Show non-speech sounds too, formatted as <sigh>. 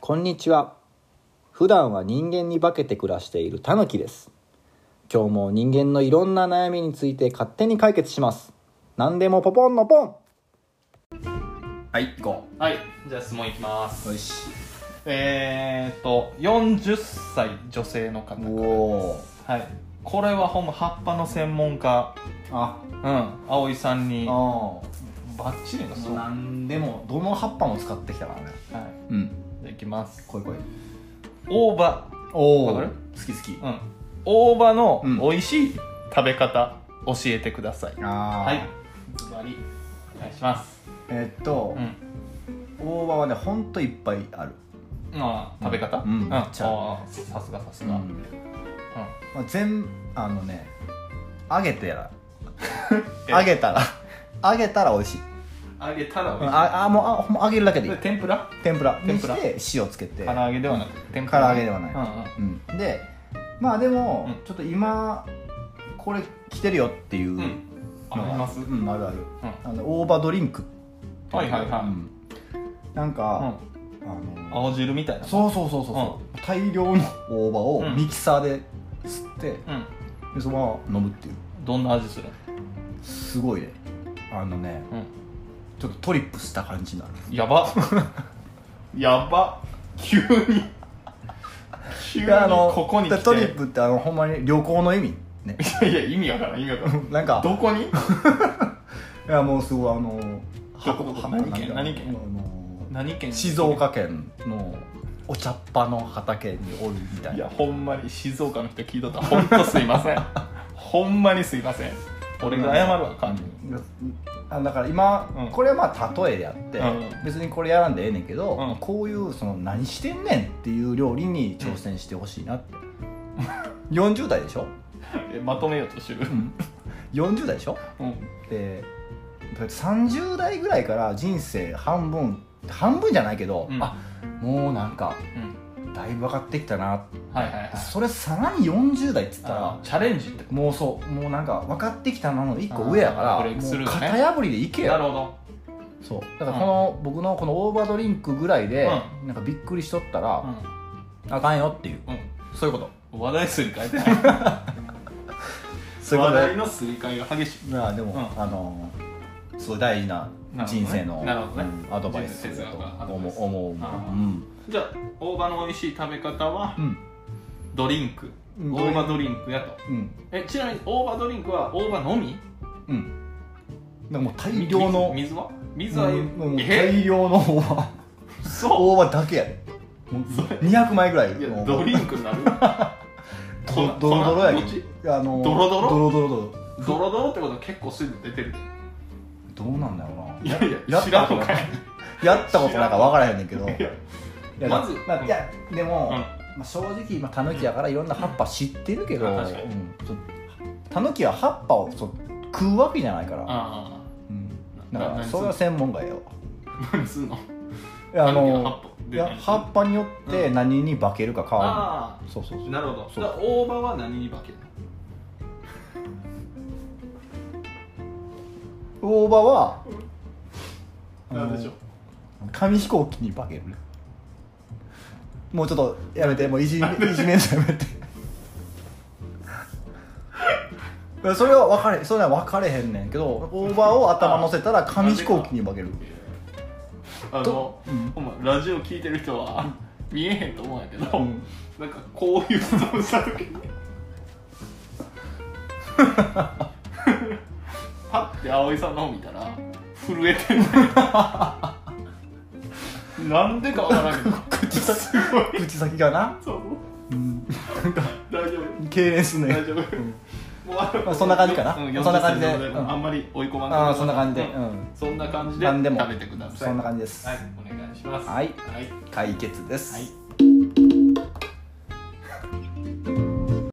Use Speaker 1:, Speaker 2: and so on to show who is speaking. Speaker 1: こんにちは普段は人間に化けて暮らしているタヌキです今日も人間のいろんな悩みについて勝手に解決します何でもポポンのポンはい行こ
Speaker 2: はい、じゃあ質問いきます。
Speaker 1: うよし
Speaker 2: えーっと、40歳女性の方から
Speaker 1: お
Speaker 2: で
Speaker 1: お
Speaker 2: す。はい。これはほんま葉っぱの専門家、
Speaker 1: あ
Speaker 2: うん、葵さんに、バ
Speaker 1: あ
Speaker 2: ッチリの質問。は
Speaker 1: 何でもどの葉っぱも使ってきたからね
Speaker 2: い。じゃ
Speaker 1: うん
Speaker 2: あいきます。
Speaker 1: こいこい
Speaker 2: 大葉、
Speaker 1: お
Speaker 2: わかる
Speaker 1: 好き好き
Speaker 2: うん。大葉の
Speaker 1: うん
Speaker 2: 美味しい食べ方、教えてください。
Speaker 1: あ
Speaker 2: は
Speaker 1: はいい。
Speaker 2: ズバリ、お願いします。
Speaker 1: えーっと
Speaker 2: うん。
Speaker 1: 大葉はねほんといっぱいある
Speaker 2: あー食べ方
Speaker 1: うん
Speaker 2: うん。あ
Speaker 1: ちゃう
Speaker 2: ーさすがさすが。うん。
Speaker 1: まあ、全あのね揚げて <laughs> や
Speaker 2: え
Speaker 1: ら揚げたら揚げたら美味しい
Speaker 2: 揚げたら美味しい。
Speaker 1: ああもうあほんま揚げるだけでいい
Speaker 2: で天ぷら
Speaker 1: 天ぷら
Speaker 2: 天ぷら
Speaker 1: にして塩つけて
Speaker 2: 唐揚げではなく天
Speaker 1: 唐揚げではない
Speaker 2: うんうん
Speaker 1: うん、でまあでも、
Speaker 2: うん
Speaker 1: ちょっと今これ来てるよっていうの
Speaker 2: うんあ
Speaker 1: が
Speaker 2: ります、
Speaker 1: うん、あるある、
Speaker 2: う
Speaker 1: あの大葉ドリンクってう
Speaker 2: はいはいはい
Speaker 1: うんなんか、あの
Speaker 2: 青汁みたいなう、
Speaker 1: そうそうそうそうそう、大量の大葉を
Speaker 2: うん
Speaker 1: ミキサーで吸って、
Speaker 2: うん、
Speaker 1: でそのまま飲むっていう
Speaker 2: どんな味する
Speaker 1: すごいねあのね
Speaker 2: う
Speaker 1: ちょっとトリップした感じになる
Speaker 2: んやば <laughs> やば <laughs> 急に急に
Speaker 1: いやあの
Speaker 2: ここに来て
Speaker 1: トリップってあのほんまに旅行の意味ね
Speaker 2: いやいや意味わからん意味わからん
Speaker 1: なんか
Speaker 2: どこに
Speaker 1: いやもうすごいあの
Speaker 2: どこどこ何
Speaker 1: なん
Speaker 2: 県
Speaker 1: か
Speaker 2: 何県
Speaker 1: あの
Speaker 2: 何県
Speaker 1: 静岡県のお茶っ葉の畑におるみたい
Speaker 2: い
Speaker 1: な
Speaker 2: やほんまに静岡の人聞い <laughs> とったらほんとすいませんほんまにすいません俺が謝るわ感じ
Speaker 1: うんあだから今、
Speaker 2: うん
Speaker 1: これはまあ例えであって、
Speaker 2: うん
Speaker 1: 別にこれやらんでええねんけど、
Speaker 2: うん
Speaker 1: こういうその何してんねんっていう料理に挑戦してほしいなって、40代でしょ、
Speaker 2: えまとめようとしてる
Speaker 1: 40代でしょ
Speaker 2: うん
Speaker 1: で30代ぐらいから人生半分半分じゃないけど、
Speaker 2: うん
Speaker 1: あもうなんか
Speaker 2: うん
Speaker 1: だいぶ分かってきたな
Speaker 2: はいはいはい
Speaker 1: それさらに40代っつった
Speaker 2: あ
Speaker 1: ら
Speaker 2: チャレンジってこ
Speaker 1: もうそうもうなんか分かってきたなの1個上やか
Speaker 2: あーブ
Speaker 1: ら
Speaker 2: レイク
Speaker 1: も
Speaker 2: ス
Speaker 1: う
Speaker 2: ルーだね
Speaker 1: 型破りでいけ
Speaker 2: となる
Speaker 1: よ
Speaker 2: ほど
Speaker 1: そうだからこの、僕のこのオーバードリンクぐらいで、なんかびっくりしとったら、
Speaker 2: う
Speaker 1: あかんよっていうん
Speaker 2: うん
Speaker 1: そういうこと
Speaker 2: 話題すり替えて
Speaker 1: <laughs> そういうこと
Speaker 2: 話題
Speaker 1: で
Speaker 2: のすり替えが激しい
Speaker 1: まあでも、
Speaker 2: うん
Speaker 1: あのーすごい大事な人生の、
Speaker 2: なるほどね
Speaker 1: うんアドバイス
Speaker 2: 人生哲
Speaker 1: だ
Speaker 2: 学
Speaker 1: と
Speaker 2: がアドバ
Speaker 1: 思
Speaker 2: イ
Speaker 1: う
Speaker 2: ス
Speaker 1: 思う、
Speaker 2: あー
Speaker 1: うん
Speaker 2: じゃあ大葉の美味しい食べ方は
Speaker 1: うん
Speaker 2: ドリンク
Speaker 1: うん
Speaker 2: 大葉ドリンクやと
Speaker 1: うん
Speaker 2: えちなみに大葉ドリンクは大葉のみ
Speaker 1: うんなんかもう大量の
Speaker 2: 水水は水は、
Speaker 1: うんもう
Speaker 2: え
Speaker 1: 大量の大葉
Speaker 2: そ
Speaker 1: 大葉だけやでもう200枚ぐらいう
Speaker 2: いや
Speaker 1: の
Speaker 2: ドリンクに
Speaker 1: <laughs>
Speaker 2: なる
Speaker 1: ドロドロドロや
Speaker 2: どっち
Speaker 1: けどあの
Speaker 2: ドロドロ
Speaker 1: ドロドロド
Speaker 2: ドロドロってことは結構水分出てる
Speaker 1: ロどうなんだろうない
Speaker 2: やい
Speaker 1: や
Speaker 2: や
Speaker 1: っ
Speaker 2: 知
Speaker 1: た
Speaker 2: ら
Speaker 1: こ
Speaker 2: ん
Speaker 1: と
Speaker 2: の
Speaker 1: な
Speaker 2: か
Speaker 1: い
Speaker 2: い
Speaker 1: やったことなんか分からへんねんけど
Speaker 2: いや
Speaker 1: いや
Speaker 2: まず
Speaker 1: あいやでも、
Speaker 2: うん
Speaker 1: まあ、正直今タヌキやからいろんな葉っぱ知ってるけど、
Speaker 2: う
Speaker 1: うんん
Speaker 2: 確かに
Speaker 1: ちょタヌキは葉っぱをそう食うわけじゃないから、
Speaker 2: あ
Speaker 1: うん、だ
Speaker 2: あ
Speaker 1: から
Speaker 2: 何す
Speaker 1: そ
Speaker 2: ん
Speaker 1: れは
Speaker 2: の
Speaker 1: 専門外やわ
Speaker 2: 何すんの
Speaker 1: いやあ
Speaker 2: 何が
Speaker 1: の
Speaker 2: 葉っぱ
Speaker 1: いや
Speaker 2: で何する
Speaker 1: 葉っぱによって何に化けるか変わ
Speaker 2: あ
Speaker 1: る、そうそうそ
Speaker 2: あ
Speaker 1: う
Speaker 2: なるほ
Speaker 1: そう
Speaker 2: どだから大葉は何に化けるの
Speaker 1: 大葉はあの
Speaker 2: なんでしょう
Speaker 1: 紙飛行機に化けるもうちょっとやめてもういじめいじめんのやめてそれは分かれそれは分かれへんねんけど大葉を頭乗せたら紙飛行機に化ける
Speaker 2: あの
Speaker 1: と、うん
Speaker 2: ほんまラジオ聞いてる人は見えへんと思うんやけど、
Speaker 1: うん
Speaker 2: なんかこういう質問した時にパッて葵さんの方見たら震えてんね
Speaker 1: <laughs>
Speaker 2: なんでかわからんけど
Speaker 1: 口先
Speaker 2: すごい
Speaker 1: 口先がな、
Speaker 2: そう
Speaker 1: うん、
Speaker 2: 大丈夫
Speaker 1: 痙攣すんね
Speaker 2: 大
Speaker 1: ん
Speaker 2: 丈夫もうあの
Speaker 1: まあそんな感じかな
Speaker 2: うん40
Speaker 1: そんな感じで
Speaker 2: 歳なの
Speaker 1: うん
Speaker 2: あんまり追い込まない
Speaker 1: ああそんな感じで、うん、
Speaker 2: そんな感じで
Speaker 1: 何で
Speaker 2: 食
Speaker 1: も
Speaker 2: べてください
Speaker 1: そんな感じです
Speaker 2: はいお願いします
Speaker 1: はい
Speaker 2: はい
Speaker 1: 解決です、
Speaker 2: はい